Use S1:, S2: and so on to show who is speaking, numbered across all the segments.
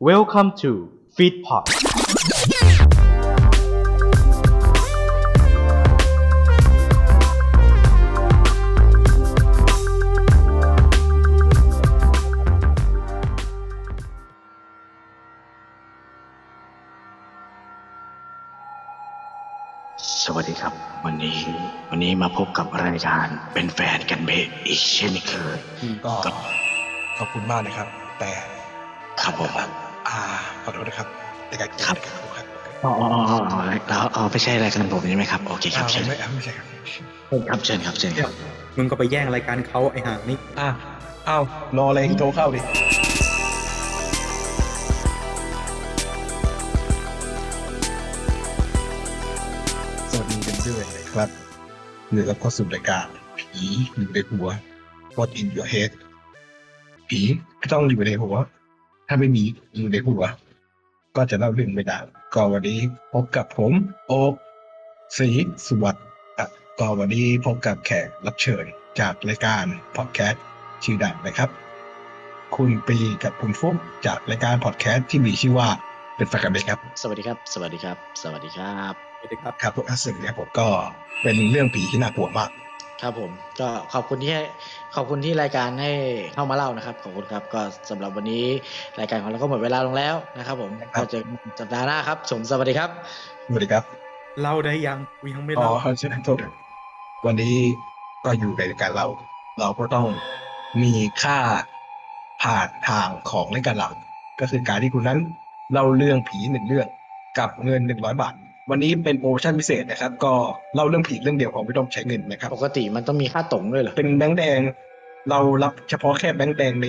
S1: Welcome to Feedpot
S2: สวัสดีครับ วันนี้วันนี้มาพบกับรายการเป็นแฟนกันเบอีกเช่นเคย
S3: ก็
S2: ครับ
S3: ขอบคุณมากนะครับ แต่
S2: ครับผม
S3: อ่าขอโทษนะครับแต่การ
S2: ครับ
S3: ครับ
S2: อ๋ออ๋ออ๋ออ๋อแล้วอ๋อไม่ใช่รายการผมใช่ไหมครับ โอเคค
S3: อ่า
S2: รับเชิญ
S3: ไม่อ่าไม่ใช่ครับ
S2: ครับเชิญครับเชิญครับ
S4: มึงก็ไปแย่งรายการเขาไอ้ห่างนี่
S3: อ่าอ้าวรออะไรโทรเข้าดิสวัสดีกันด้วยนะครับหรือรับเข้าสู่รายการผีหนึ่งในหัว What in your head ผีก็ต้องอยู่ในหัว ถ้าไม่มีอยู่ในหัว ก็จะเล่าเรื่องไม่ได้ก็วันนี้พบกับผมโอ๊กศรีสุวัสดิ์อ่ะก็วันนี้พบกับแขกรับเชิญจากรายการพอดแคสต์ชื่อดังนะครับ คุณปีกับคุณฟุ๊กจากรายการพอดแคสต์ที่มีชื่อว่าเป็นแฟนกันไหมครับ
S2: สวัสดีครับ สวัสดีครับ สวัสดีครับ
S4: สวัสดีครับ
S3: ครับพวกอาสึกเนี่ยผมก็เป็นเรื่องผีที่น่ากลัวมาก
S2: ครับผมก็ขอบคุณที่ให้ขอบคุณที่รายการให้เข้ามาเล่านะครับขอบคุณครับก็สำหรับวันนี้รายการของเราก็หมดเวลาลงแล้วนะครับผม
S3: ครับ
S2: ก็เจอกันสัปดาห์หน้าครับผมสวัสดีครับ
S3: สวัสดีครับ
S4: เล่าได้ยังกูยังไม่เ
S3: อ๋อ
S4: ล่า
S3: ใช่โทษวันนี้ก็อยู่ในรายการเรา เราก็ต้องมีค่าผ่านทางของรายการหลักก็คือการที่คุณนั้นเล่าเรื่องผีหนึ่งเรื่องกับเงินหนึ่งร้อยบาท วันนี้เป็นโปรโมชั่นพิเศษนะครับ ก็เล่าเรื่องผีเรื่องเดียวของไม่ต้องใช้เงินนะครับ
S2: ปกติมันต้องมีค่าตรงด้วยเหรอ
S3: เป็นแบงค์แดง เรารับเฉพาะแค่แบงค์แดงใน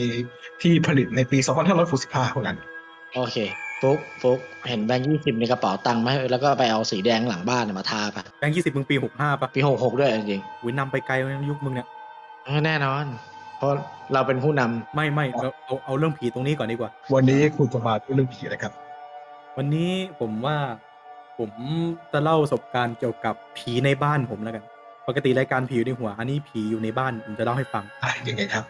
S3: ที่ผลิตในปี 2565เท่านั้น
S2: โอเคฟุกฟุกเห็นแบงค์ยี่สิบในกระเป๋าตังค์ไหมแล้วก็ไปเอาสีแดงหลังบ้านน่ะมาทาไป
S4: แบงค์ยี่สิบมึงปีหกห้าปะ
S2: ปีหกหกด้วยจริง
S4: อุ้ยนำไปไกลแล้วนะยุคมึงเนี่ย
S2: ๆเออแน่นอน เพราะเราเป็นผู้นำ
S4: ไม่ไม่เราเอาเอาเรื่องผีตรงนี้ก่อนดีกว่า
S3: วันนี้คุณจะมาพูดเรื่องผีนะครับ
S4: วันนี้ผมว่าผมจะเล่าประสบการณ์เกี่ยวกับผีในบ้านผมแล้วกัน ปกติรายการผีอยู่ในหัว อันนี้ผีอยู่ในบ้านผมจะเล่าให้ฟัง
S3: อ่ะยังไงครับ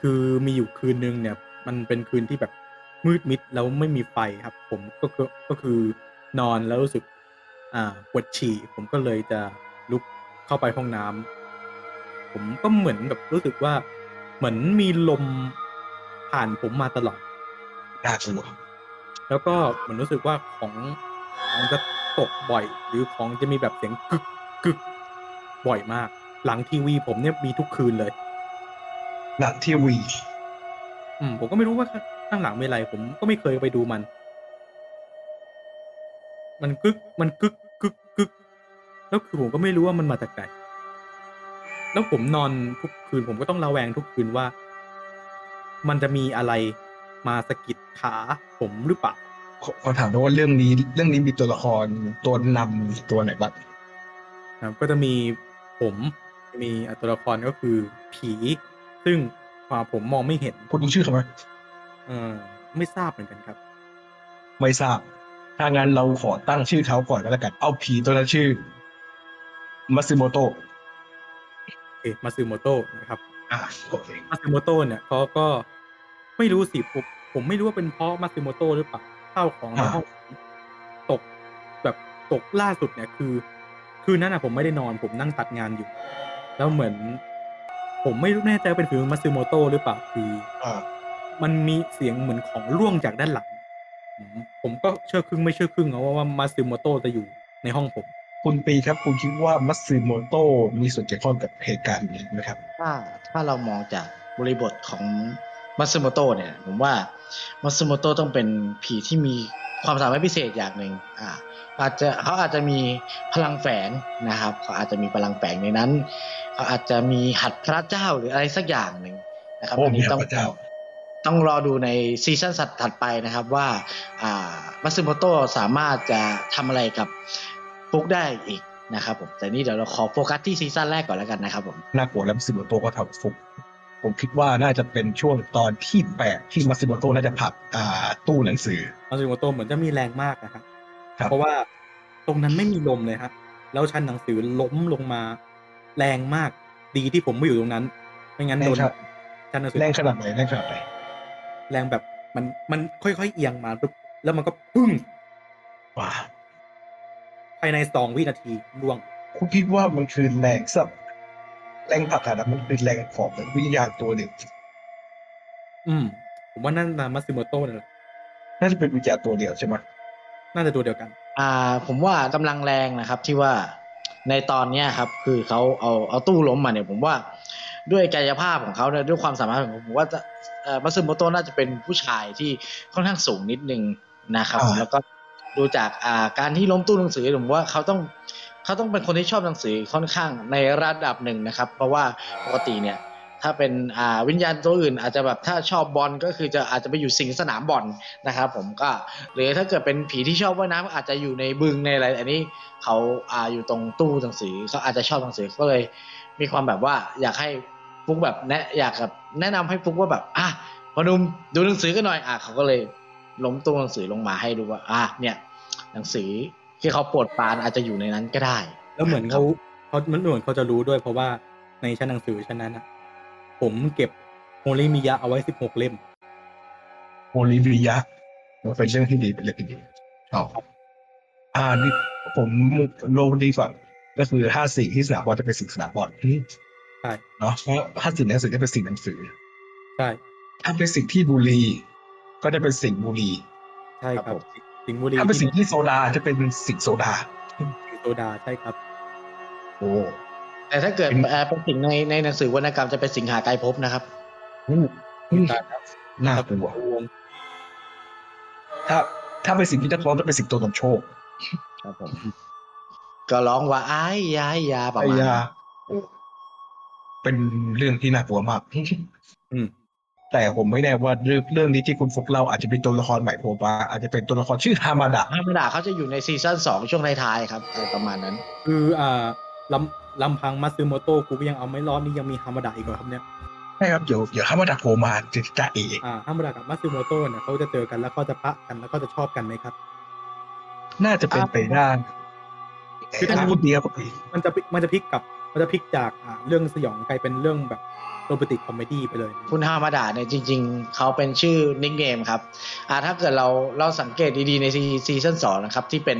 S4: คือมีอยู่คืนนึงเนี่ยมันเป็นคืนที่แบบมืดมิดแล้วไม่มีไฟครับ ผมก็คือก็คือนอนแล้วรู้สึก อ่าปวดฉี่ ผมก็เลยจะลุกเข้าไปห้องน้ำผมก็เหมือนแบบรู้สึกว่าเหมือนมีลมผ่านผมมาตลอด
S3: น่ากลัว
S4: แล้วก็เหมือนรู้สึกว่าของของจะตกบ่อย หรือของจะมีแบบเสียงกึกกึกบ่อยมาก หลังทีวีผมเนี่ยมีทุกคืนเลย
S3: หลังทีวี
S4: อืมผมก็ไม่รู้ว่าข้างหลังมีอะไร ผมก็ไม่เคยไปดูมัน มันกึก มันกึกกึกกึก แล้วคือผมก็ไม่รู้ว่ามันมาจากไหน แล้วผมนอนทุกคืน ผมก็ต้องระแวงทุกคืนว่า มันจะมีอะไรมาสะกิดขาผมหรือเปล่า
S3: ขอขอถามด้วยว่าเรื่องนี้เรื่องนี้มีตัวละครตัวนำตัวไหนบ้าง
S4: นะครับก็จะมีผมมีอ่ะตัวละครก็คือผี ซึ่งอ่าผมมองไม่เห็น
S3: คุณรู้ชื่อเขาไหม
S4: เออไม่ทราบเหมือนกันครับ
S3: ไม่ทราบ ถ้างั้นเราขอตั้งชื่อเขาก่อนก็แล้วกัน เอาผีตัวนั้นชื่อมัตสึโมโตะ
S4: โอเคมาซึโมโตะนะครับ
S3: อ่ะโอเค
S4: มาซึโมโตะเนี่ยเขาก็ไม่รู้สิผมผมไม่รู้ว่าเป็นเพราะมาซึโมโตะหรือเปล่าข้าวของในห้องตกแบบตกล่าสุดเนี่ยคือ คืนนั้นอ่ะผมไม่ได้นอนผมนั่งตัดงานอยู่ แล้วเหมือน ผมไม่แน่ใจว่าเป็นฝีมือมาซึโมโตะหรือเปล่าคือ
S3: อ่า
S4: มันมีเสียงเหมือนของร่วงจากด้านหลังผมผมก็เชื่อครึ่งไม่เชื่อครึ่งเอาว่าว่ามาซึโมโตะจะอยู่ในห้องผม
S3: คุณปีครับ คุณคิดว่ามัตสึโมโตะมีส่วนเกี่ยวข้องกับเหตุการณ์นี้ไหมครับ
S2: ถ้าถ้าเรามองจากบริบทของมัตสึโมโตะเนี่ยผมว่ามัตสึโมโตะต้องเป็นผีที่มีความสามารถพิเศษอย่างหนึ่งอ่าอาจจะเขาอาจจะมีพลังแฝงนะครับเขาอาจจะมีพลังแฝงในนั้นเขาอาจจะมีหัตถพระเจ้าหรืออะไรสักอย่างหนึ่งนะครับ
S3: โอ้
S2: อันนี้
S3: มีหั
S2: ต้
S3: ต
S2: อง
S3: ถพระเจ้า
S2: ต้องรอดูในซีซั่นสัตว์ถัดไปนะครับว่าอ่ามัตสึโมโตะสามารถจะทำอะไรกับฟุกได้อีกนะครับผมแต่นี่เดี๋ยวเราขอโฟกัสที่ซีซั่นแรกก่อนแล้วกันนะครับผม
S3: น่ากลัวแล้วมัตสึโมโตะก็ทำฟุกผมคิดว่าน่าจะเป็นช่วงตอนที่แปดที่มัตสึโมโตะน่าจะผลักอ่าตู้หนังสือ
S4: มาซึโมโตะเหมือนจะมีแรงมากนะครับ
S3: ครับ
S4: เพราะว่าตรงนั้นไม่มีลมเลยครับแล้วชั้นหนังสือล้มลงมา แรงมากดีที่ผมไม่อยู่ตรงนั้น ไม่งั้นโดน
S3: แรงครับ
S4: ชั้นหนังสือ
S3: แรงขนาดไหนแรงขนาดไหน
S4: แรงแบบ มันมันค่อยๆเอียงมาปุ๊บแล้วมันก็พึ่ง
S3: ว้า
S4: ภายในสองวินาทีล่วง
S3: คุณคิดว่ามันคือแรงสับแรงผลักดันมันเป็นแรงของวิญญาณตัวหนึ่ง
S4: อืม ผมว่านั่นนามัตสึโมโตะนั่นแหละ
S3: น่าจะเป็นวิญญาณตัวเดียวใช่ไหม
S4: น่าจะตัวเดียวกัน
S2: อ่าผมว่ากำลังแรงนะครับที่ว่าในตอนเนี้ยครับ คือเขาเอาเอาตู้ล้มมาเนี่ย ผมว่าด้วยกายภาพของเขาเนี่ยด้วยความสามารถของเขาผมว่าจะเอ่อมาซึโมโตะน่าจะเป็นผู้ชายที่ค่อนข้างสูงนิดนึงนะครับผมแล้วก็ดูจากอ่าการที่ล้มตู้หนังสือผมว่าเขาต้องเขาต้องเป็นคนที่ชอบหนังสือค่อนข้างในระดับหนึ่งนะครับ เพราะว่าปกติเนี่ย ถ้าเป็นอ่าวิญญาณตัวอื่น อาจจะแบบถ้าชอบบอลก็คือจะอาจจะไปอยู่สิงสนามบอลนะครับผมก็หรือถ้าเกิดเป็นผีที่ชอบว่ายน้ำก็อาจจะอยู่ในบึงในอะไร อันนี้เขาอ่าอยู่ตรงตู้หนังสือเขาอาจจะชอบหนังสือก็เลยมีความแบบว่าอยากให้ฟุกแบบแนะอยากแบบแนะนำให้ฟุกว่าแบบอ่ะพอหนุ่มดูหนังสือกันหน่อยอ่ะเขาก็เลยล้มตู้หนังสือลงมาให้ดูว่าอ่ะเนี่ยหนังสือที่เขาปวดปานอาจจะอยู่ในนั้นก็ได้
S4: แล้วเหมือนเขาเขามันเหมือนเขาจะรู้ด้วยเพราะว่าในชั้นหนังสือชั้นนั้นอะผมเก็บโฮลิมิยะเอาไว้สิบหกเล่ม
S3: โอลิเวียมันเป็นเรื่องที่ดีเป็นเรื่องที่ดีชอบอ่านี่ผมโลงดีก่อนก็คือห้าสิ่งที่สนามบอลจะเป็นสิ่งสนามบอล
S4: ใช่
S3: เนาะเพราะห้าสิ่งในหนังสือจะเป็นสิ่งหนังสือ
S4: ใช่
S3: ถ้าเป็นสิ่งที่บุหรีก็จะเป็นสิ่งบุหรี
S4: ใช่ค
S2: ครั
S4: รับบ
S2: ผม
S4: สิงห์บุรี
S3: ถ้าเป็นสิ่งที่โซดาจะเป็นสิ่งโซดา
S4: สิงห์โซดาใช่ครับ
S3: โอ้
S2: แต่ถ้าเกิด
S3: เป็น
S2: เอ่อเป็นสิ่งในในหนังสือวรรณกรรมจะเป็นสิ่งหาไกลภพนะครับ
S4: ตายแล้ว
S3: น่ากลัว
S4: วง
S3: ถ้า ถ้าเป็นสิ่งที่นักร้องจะเป็นสิ่งตัวนำโชค
S2: ครับผม ก็ร้องว่าไอ้ยายยาประมาณนั้น
S3: เป็นเรื่องที่น่ากลัวมาก
S4: อืม
S3: แต่ผมไม่แน่ว่าเรื่องเรื่องนี้ที่คุณฟุกเล่าอาจจะเป็นตัวละครใหม่โผล่มาอาจจะเป็นตัวละครชื่อฮามาดะ
S2: ธรรมดาเขาจะอยู่ในซีซั่นสองช่วงท้ายๆครับอะไรประมาณนั้น
S4: คืออ่าลำลำพังมาซึโมโตะกูก็ยังเอาไม่รอดนี่ยังมีฮามาดะอีกเหรอครับเนี่ย
S3: ใช่ครับเดี๋ยวเดี๋ยวฮามาดะโผล่มาจะจะเอ
S4: อ่าฮามาดะกับมาซึโมโตะเนี่ยเขาจะเจอกันแล้วก็จะปะกันแล้วก็จะชอบกันไหมครับ
S3: น่าจะเป็นไปได้
S4: คือถ้า
S3: ถ้าพูดเดียวกับ
S4: มันจะพลิกมันจะพลิกกลับมันจะพลิกจากอ่าเรื่องสยองกลายเป็นเรื่องแบบโรแมนติกคอมเมดี้ไปเลย
S2: คุณฮามาดาเนี่ยจริง ๆ เขาเป็นชื่อนิกเนมครับอ่าถ้าเกิดเราเราสังเกตดีๆในซีซีซั่นสองนะครับ ที่เป็น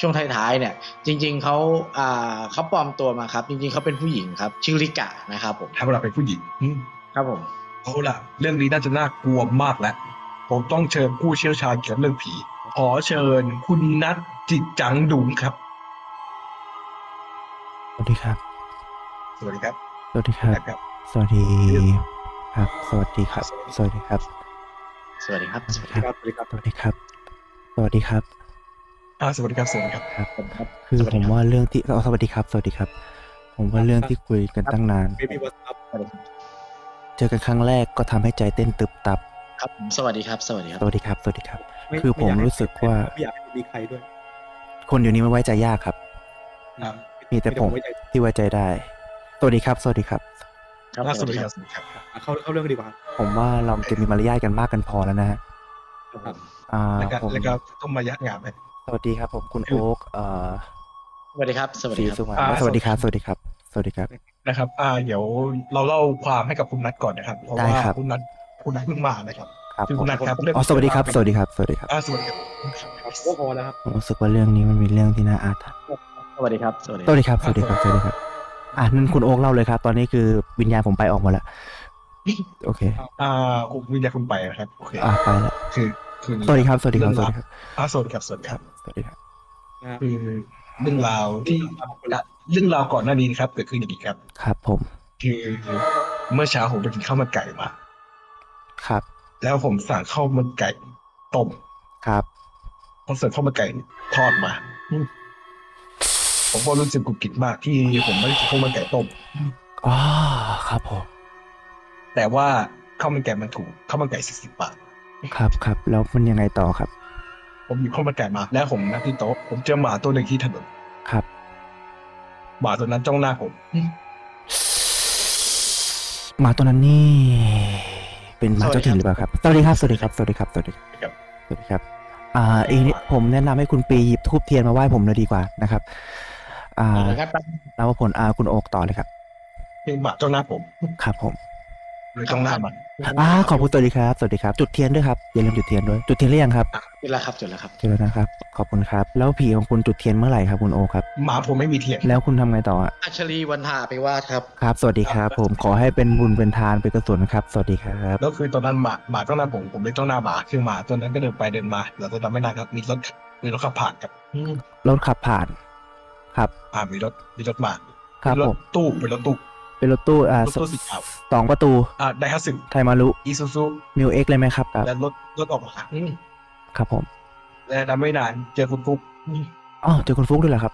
S2: ช่วงท้ายๆเนี่ย จริง ๆเขาอ่าเขาปลอมตัวมาครับ จริง ๆเขาเป็นผู้หญิงครับ ชื่อริกะนะครับผม
S3: ฮามาดะเป็นผู้หญิงอืม
S2: ครับผม
S3: เอาล่ะ เรื่องนี้น่าจะน่ากลัวมากแล้ว ผมต้องเชิญผู้เชี่ยวชาญเกี่ยวกับเรื่องผี ขอเชิญคุณนัทจิตจังดุงครับ
S5: สวัสดีครับ
S3: สวัสดีครับ
S5: สวัสดีครับ
S3: นะครับ
S5: สวัสดีครับ สวัสดีครับ สวัสดีครับ
S2: สวัสดีครับสวัสดี
S4: ครับสวัสดีครับ
S5: สวัสดีครับ สวัสดีครับ
S3: อ่าสวัสดีครับ สวัสดีครับ
S5: ครับ
S2: ครับ
S5: คือผมว่าเรื่องที่เอาสวัสดีครับ สวัสดีครับ ผมว่าเรื่องที่คุยกันตั้งนาน
S4: เบบี้วอทอัพ
S5: เจอกันครั้งแรกก็ทำให้ใจเต้นตึบตับ
S2: ครับผมสวัสดีครับ สวัสดีครับ
S5: สวัสดีครับ สวัสดีครับ คือผมรู้สึกว่า
S4: ไม่อยากให้มีใครด้วย
S5: คนเดี๋ยวนี้มันไว้ใจยากครับ
S4: นะ
S5: มีแต่ผม
S4: ไว้ใจ
S5: ที่ไว้ใจได้ สวัสดีครับ สวัสดีครับ
S2: ครับ
S3: อ่าส
S2: สวั
S3: วัส
S2: ส
S3: ดี
S2: ดี
S3: ค
S2: ค
S3: รั
S2: รั
S3: บบ สวัสดีครับ
S4: อ่ะเข้าเข้าเรื่องดีกว่า
S5: ผมว่าเราจะมีมารยาทกันมากกันพอแล้วนะฮะ
S4: ครับ
S5: อ่า
S3: แล้วก็
S5: ผม
S3: แล้วก็ต้องมายัดงานไหม
S5: สวัสดีครับ ผมคุณโอ๊กเอ่อ
S2: สวัสดีครับสวัส
S5: ศรี
S2: ดีครับ
S5: สุวรรณ
S3: อ่า
S5: สวัสดีครับ สวัสดีครับ สวัสดีครับ
S3: นะครับ อ่า เดี๋ยวเราเล่าความให้กับคุณนัทก่อนนะครับ เพราะ
S5: ได้
S3: ว่า
S5: ครับ
S3: คุณนัทคุณนัทเพิ่งมานะครับ
S5: ครับ
S3: คือ
S5: ผ
S3: คุ
S5: ม
S3: ณนัทครับเรื่อง
S5: อ๋อสวัสดีครับ สวัสดีครับ สวัสดีครับ
S3: อ่าสวัสดีครับ
S4: ครับก็พอแล้วครับ
S5: ผมรู้สึกว่าเรื่องนี้มันมีเรื่องที่น่าอาถรรพ์
S2: สวัสดีครับ สวัสดี
S5: สวัสดีครับ สวัสดีครับ สวัสดีครับ อ่ะนั่นคุณโอ๊กเล่าเลยครับ ตอนนี้คือวิญญาณผมไปออกหมาแล้ว โอเค
S3: อ่าคุณวิญญาณคุณไปนะครับ โอเค
S5: อ่ะไปแล้ว
S3: คือ คือ
S5: สวัสดีครับ สวัสดีครับ สวัสดีครับ
S3: อ่าสวัสดีครับ สวัสดี
S5: ค
S3: ค
S5: รั
S3: รั
S5: บบ สวัสดีครับ
S4: นะฮะ
S3: คือเรื่องราวที่ เรื่องราวก่อนหน้านี้นะครับ เกิดขึ้นอย่างนี้ครับ
S5: ครับผม
S3: คือเมื่อเช้าผมไปกินข้าวมันไก่มา
S5: ครับ
S3: แล้วผมสั่งข้าวมันไก่ต้ม
S5: ครับ
S3: พอเสิร์ฟข้าวมันไก่ทอดมา ผมก็รู้สึกกุกกิดมากที่ผมไม่ได้กินข้าวมันไก่ต้ม
S5: อ๋อ ครับผม
S3: แต่ว่าข้าวมันไก่มันถูกข้าวมันไก่สี่สิบบาท
S5: ครับครับ แล้วมันยังไงต่อครับ
S3: ผมหยิบข้าวมันไก่มา แล้วผมนั่งที่โต๊ะผมเจอหมาตัวหนึ่งที่ถนน
S5: ครับ
S3: หมาตัวนั้นจ้องหน้าผม
S5: หมาตัวนั้นนี่ เป็นหมาเจ้าถิ่นหรือเปล่าครับ สวัสดีครับ สวัสดีครับ สวัสดีครับ สวัสดีค
S3: ครั
S5: รับ
S3: บ
S5: สวัสดีครับ อ่าเองนี่ผมแนะนำให้คุณปีหยิบธูปเทียนมาไหว้ผมเลยดีกว่านะครับ อ่า
S2: ครับ
S5: แล้วผลอาคุณโอกต่อเลยครับ
S3: เพียงหมาจ้องหน้าผม
S5: ครับผม
S3: เลยต้องล่ามัน
S5: อ่าขอบคุณสวัสดีครับ สวัสดีครับ จุดเทียนด้วยครับ อย่าลืมจุดเทียนด้วย จุดเทียนหรือยังครับ
S2: จุดแล้วครับจุดแล้วครับ
S5: เจอแล้วนะครับ ขอบคุณครับ แล้วผีของคุณจุดเทียนเมื่อไหร่ครับคุณโอครับ
S3: หมาผมไม่มีเทียน
S5: แล้วคุณทำไงต่ออะ
S2: อัชรีวันทาไปว่าครับ
S5: ครับ สวัสดีครับ ผม ขอให้เป็นบุญเป็นทานเป็นกุศลครับ สวัสดีครับ
S3: แล้วคือตอนนั้นหมาหมาต้องหน้าผมผมเลยต้องหน้าหมาคือหมาตัวนั้นก็เดินไปเดินมาแล้วตอนนั้นไม่นานครับมีรถมีรถขับผ่านครับอืม
S5: รถขับผ่าน ครับ
S3: อ่ามีรถมีรถมา
S5: ครับ
S3: มีร
S5: ผ
S3: ถ
S5: ม
S3: ตู้เป็นรถตู้
S5: เป็นรถตู้ อ่าร
S3: ถตู้สีขาว
S5: สองประตู
S3: อ่าไดฮัตสึ
S5: ไทมารุ
S3: อีซูซู
S5: มิวเอ็กเลยไหมครับครับ
S3: แล้วรถรถออกมาอืม
S5: ครับผม
S3: แล้วนั้นไม่นานเจอคุณฟุกอืม
S5: อ๋อเจอคุณฟุกด้วยเหรอครับ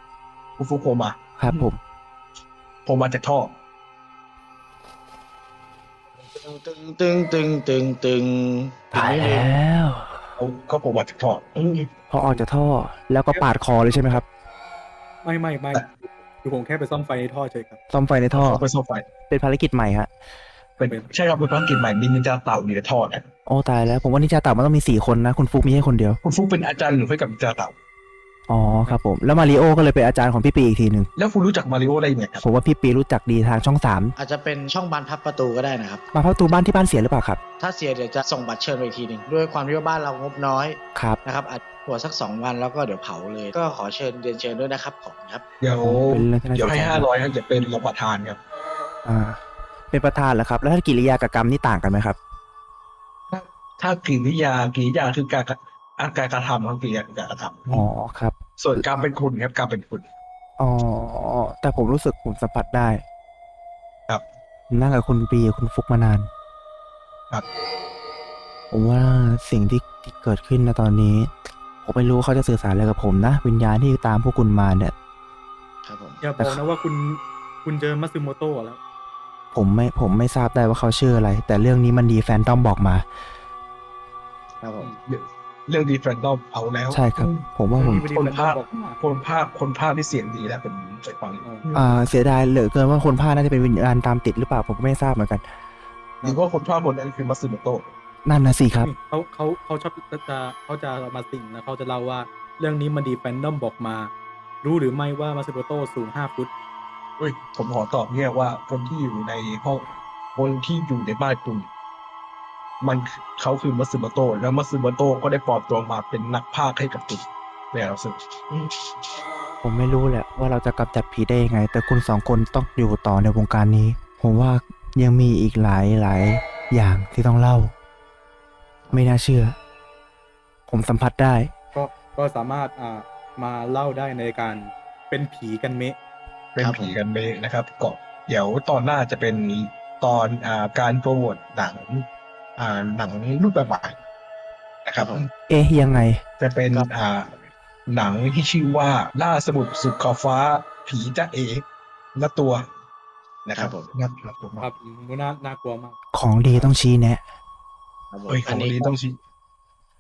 S3: คุณฟุกโผล่มา
S5: ครับผม
S3: โผล่มาจากท่อ
S2: ตึงตึงตึงตึงตึง
S5: ตายแล้ว
S3: เขาเขาโผล่มาจากท่ออืม
S5: พอออกจากท่อ แล้วก็ปาดคอเลยใช่ไหมครับ
S4: ไม่ไม่ไม่คือผมแค่ไปซ่อมไฟในท่อเฉยครับ
S5: ซ่อมไฟในท่อ
S3: เขาไปซ่อมไฟ
S5: เป็นภารกิจใหม่ฮะ
S3: เป็นใช่ครับเป็นภารกิจใหม่มีนินจาเต่าอยู่ในท่อนะ
S5: โอ้ตายแล้วผมว่านินจาเต่ามันต้องมีสี่คนนะ คุณฟุกมีแค่คนเดียว
S3: คุณฟุกเป็นอาจารย์หนูให้กับนินจาเต่า
S5: อ๋อครับผม แล้วมาริโอก็เลยเป็นอาจารย์ของพี่ปีอีกทีหนึ่ง
S3: แล้วคุณรู้จักมาริโอได้ยังไงครับ
S5: ผมว่าพี่ปีรู้จักดีทางช่องสาม
S2: อาจจะเป็นช่องบานพับประตูก็ได้นะครับ
S5: มาพักตูบ้านที่บ้านเสียหรือเปล่าครับ
S2: ถ้าเสียเดี๋ยวจะส่งบัตรเชิญไปอีกทีหนึ่งด้วยความที่ว่าบ้านเรางบน้อย
S5: ครับ
S2: นะครับอาจหัวสักสองวันแล้วก็เดี๋ยวเผาเลย ก็ขอเชิญเรียนเชิญด้วยนะครับขอบคุณครับ
S3: เดี๋ยว
S5: เป็นเรื่องที่น่า
S3: เดี๋ยวให้
S5: สนใจ
S3: ห้าร้อยครับจะเป็นรองประธานครับ
S5: อ่า เป็นประธานเหรอครับ แล้วถ้ากิริยากับกรรมนี่ต่างกันไหมครับ
S3: ถ้ากิริยากิริยาคือการกระอาการกระทำครับกิริยาคือการกระท
S5: อ๋อครับ
S3: ำส่วนการเป็นคุณครับการเป็นคุณ
S5: อ๋อ แต่ผมรู้สึกผมสัมผัสได้
S3: ครับ
S5: ผมนั่งกับคุณปีกับคุณฟุกมานาน
S3: ครับ
S5: ผมว่าสิ่งที่ที่เกิดขึ้นนะตอนนี้ ผมไม่รู้เขาจะสื่อสารอะไรกับผมนะ วิญญาณที่ตามพวกคุณมาเนี่ย
S2: ครับผม
S4: อย่าบอกนะว่าคุณคุณเจอมัตสึโมโตะแล้ว
S5: ผมไม่ผมไม่ทราบได้ว่าเขาชื่ออะไร แต่เรื่องนี้มันดีแฟนต้อมบอกมา
S2: ครับผม
S3: เรื่องดีแฟนดอมเอาแล้ว
S5: ใช่ครับ ผมว่าผม
S3: คนภาคคนภาคคนภาคที่เสียงดีแล้วเป็นใจฟัง
S4: อ๋อ
S5: อ่าเสียดายเหลือเกินว่าคนพาคน่าจะเป็นวิญญาณตามติดหรือเปล่าผมก็ไม่ทราบเหมือนกัน
S3: หรือว่าคนภาคคนนั้นคือมัตสึโมโตะ
S5: นั่นนะสิครับ
S4: เขาเขาเขาชอบจะจะเขาจะมาสิ่งแล้วเขาจะเล่าว่าเรื่องนี้มันดีแฟนดอมบอกมา รู้หรือไม่ว่ามาซิโบโต้สูงห้าฟุต
S3: อุ้ยผมขอตอบเนี่ยว่าคนที่อยู่ในห้องคนที่อยู่ในบ้านคุณมันคือเขาคือมัตสึโมโตะแล้วมัตสึโมโตะก็ได้ปลอมตัวมาเป็นนักภาคให้กับคุณในเราสึก
S5: ผมไม่รู้แหละว่าเราจะกำจัดผีได้ยังไง แต่คุณสองคนต้องอยู่ต่อในวงการนี้ ผมว่ายังมีอีกหลายหลายอย่างที่ต้องเล่า ไม่น่าเชื่อ ผมสัมผัสได้
S4: ก็ก็สามารถอ่ามาเล่าได้ในการเป็นผีกันเมะ
S3: เป็นผีกันไปนะครับก็เดี๋ยวตอนหน้าจะเป็นตอนอ่าการโปรโมทหนังอ่าหนังรูปแบบใหม่นะครับ
S5: เอ๊ะยังไง
S3: จะเป็นอ่าหนังที่ชื่อว่าล่าสมุทรสุดขอบฟ้าผีจ้าเอละตัวนะครับงับละตัว
S4: ครับน่าน่ากลัวมาก
S5: ของดีต้องชี้แนะ
S2: ครับผม
S3: เอ้ยข
S2: อั
S3: อน ง
S2: นี้
S3: นี้ต้องชิ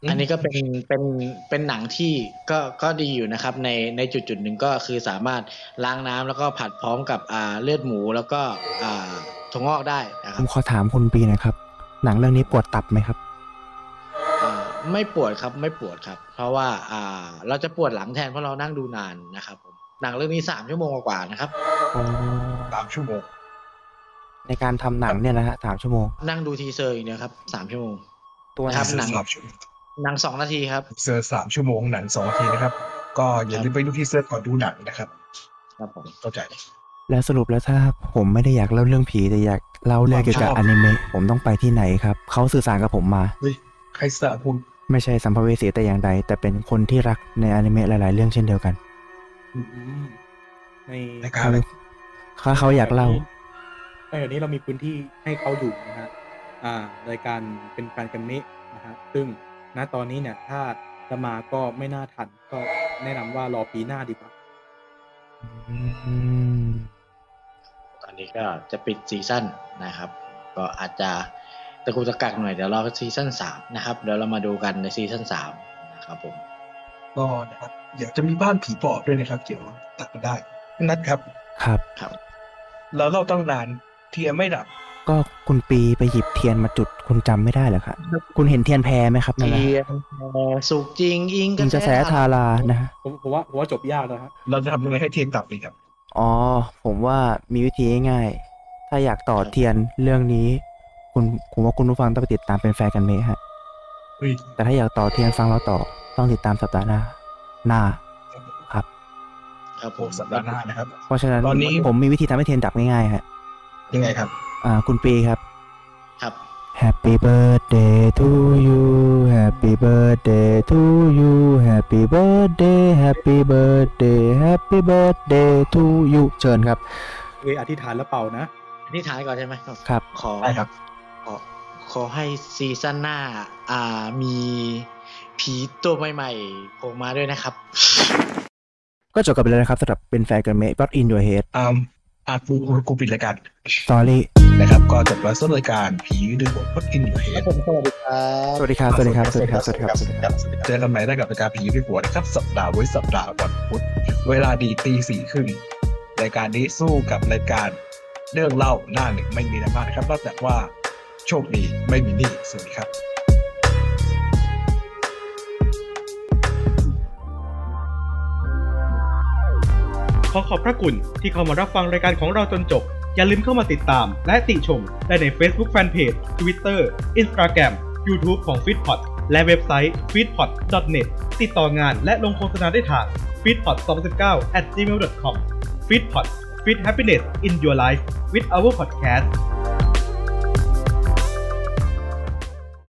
S2: อันนี้ก็เป็นเป็นเป็นหนังที่ก็ก็ดีอยู่นะครับในในจุดจุดๆหนึ่งก็คือสามารถล้างน้ำแล้วก็ผัดพร้อมกับอ่าเลือดหมูแล้วก็อ่าถั่วงอกได้นะค
S5: ผ
S2: รับ
S5: มขอถามคุณปีหนะครับ หนังเรื่องนี้ปวดตับไหมครับ
S2: อ่าไม่ปวดครับไม่ปวดครับ เพราะว่าอ่าเราจะปวดหลังแทนเพราะเรานั่งดูนานนะครับผมหนังเรื่องนี้สามชั่วโมงกว่าๆนะครับ
S3: สามชั่วโมง
S5: ในการทำหนังเนี่ยนะฮะสามชั่วโมง
S2: นั่งดูทีเซอร์อย่างเดียวครับสามชั่วโมง
S5: ตัว
S2: ครับหนัง
S3: สามชั่วโมง
S2: หนังสองนาทีครับ
S3: เซอร์สามชั่วโมงหนังสองนาทีนะครับ ก็อย่าลืมไปดูที่เซอร์ก่อนดูหนังนะครับ
S2: ครับผม
S3: เข้าใจ
S5: แล้วสรุปแล้วถ้าผมไม่ได้อยากเล่าเรื่องผีแต่อยากเล่าเรื่องเกี่ยวกับ
S3: ความชอบ
S5: อนิเมะผมต้องไปที่ไหนครับเขาสื่อสารกับผมมา
S3: ใครสะพูด
S5: ไม่ใช่สัมภเวสีแต่อย่างใด แต่เป็นคนที่รักในอนิเมะหลาย ๆ เรื่องเช่นเดียวกัน
S4: อืมใน
S3: ครับ
S5: ถ้าเขาอยากเล่า
S4: ในเดี๋ยวนี้เรามีพื้นที่ให้เขาอยู่นะฮะอ่ารายการเป็นแฟนกันเมะนะฮะซึ่งณตอนนี้เนี่ย ถ้าจะมาก็ไม่น่าทัน ก็แนะนำว่ารอปีหน้าดีกว่า
S5: อืม
S2: ตอนนี้ก็จะปิดซีซั่นนะครับ ก็อาจจะตะกุกตะกักหน่อยเดี๋ยวรอซีซั่นสามนะครับเดี๋ยวเรามาดูกันในซีซั่นสามนะครับผม
S3: ก็นะครับเดี๋ยวจะมีบ้านผีปอบด้วยนะครับ เดี๋ยวตัดกันได้นัดครับ
S5: ครับ
S2: ครับ
S3: แล้วเราตั้งนานเทียนไม่ดับ
S5: ก็คุณปีไปหยิบเทียนมาจุดคุณจำไม่ได้เหรอครับคุณเห็นเทียนแพรไหมครับนั่นแหละ
S2: เทียนแพรสุกจริงอิง
S5: ยิงกระแสทารานะฮะ
S4: ผมผมว่าผมว่าจบยากแล้วฮะ
S3: เราจะทำยังไงให้เทียนดับดีครับ
S5: อ๋อ ผมว่ามีวิธีง่ายๆถ้าอยากต่อเทียนเรื่องนี้ คุณผมว่าคุณผู้ฟังต้องไปติดตามเป็นแฟนกันเมะฮะ
S3: เฮ้ย
S5: แต่ถ้าอยากต่อเทียนฟังเราต่อต้องติดตามสัปดาห์หน้า หน้า
S2: ครับผ
S3: โอ้
S2: ม
S3: สัปดาห์หน้านะครับ
S5: เพราะฉะนั้น
S3: ตอนนี้
S5: ผมมีวิธีทำให้เทียนดับง่ายๆฮะ
S3: ยังไงครับ
S5: อ่าคุณปีครับ
S2: ครับ
S5: Happy birthday to you Happy birthday to you Happy birthday Happy birthday Happy birthday to you เชิญครับ
S6: เอยอธิษฐานแล้วเป่านะ
S2: อธิษฐานก่อนใช่ไหมครับ
S5: ครับ
S2: ขอ
S3: ได้ครับ
S2: ขอขอให้ซีซั่นหน้า อ่ามีผีตัวใหม่ๆโผล่มาด้วยนะครับ
S5: ก็จบกันไปแล้วนะครับสำหรับเป็นแฟนกันเมย์ But in your head
S3: อ่าอากูกูปิดรายการ
S5: Sorry
S3: นะครับ ก็จบแล้วสำหรับรายการผีดึงบทพดอินอยู่เฮด
S5: สวัสดีครับ สวัสดีครับ สวัสดีครับ สวัสดีครับ
S3: เจอกันใหม่ได้กับรายการผีพี่หัวนะครับ สัปดาห์ไว้สัปดาห์วันพุธเวลาดีตีสี่ครึ่งรายการนี้สู้กับรายการเรื่องเล่าหน้าหนึ่งไม่มีนะมากนะครับนอกจากว่าโชคดีไม่มีหนี้สวัสดีครับ
S6: ขอขอบพระคุณที่เข้ามารับฟังรายการของเราจนจบ อย่าลืมเข้ามาติดตาม และติชม ได้ใน Facebook Fanpage Twitter Instagram YouTube ของ f e e d p o t และเว็บไซต์ f e e d p o t n e t ติดต่องานและลงโฆษณาได้ทาง f e e d p o t 2 9 at gmail.com f e e d p o t f e e d happiness in your life with our podcast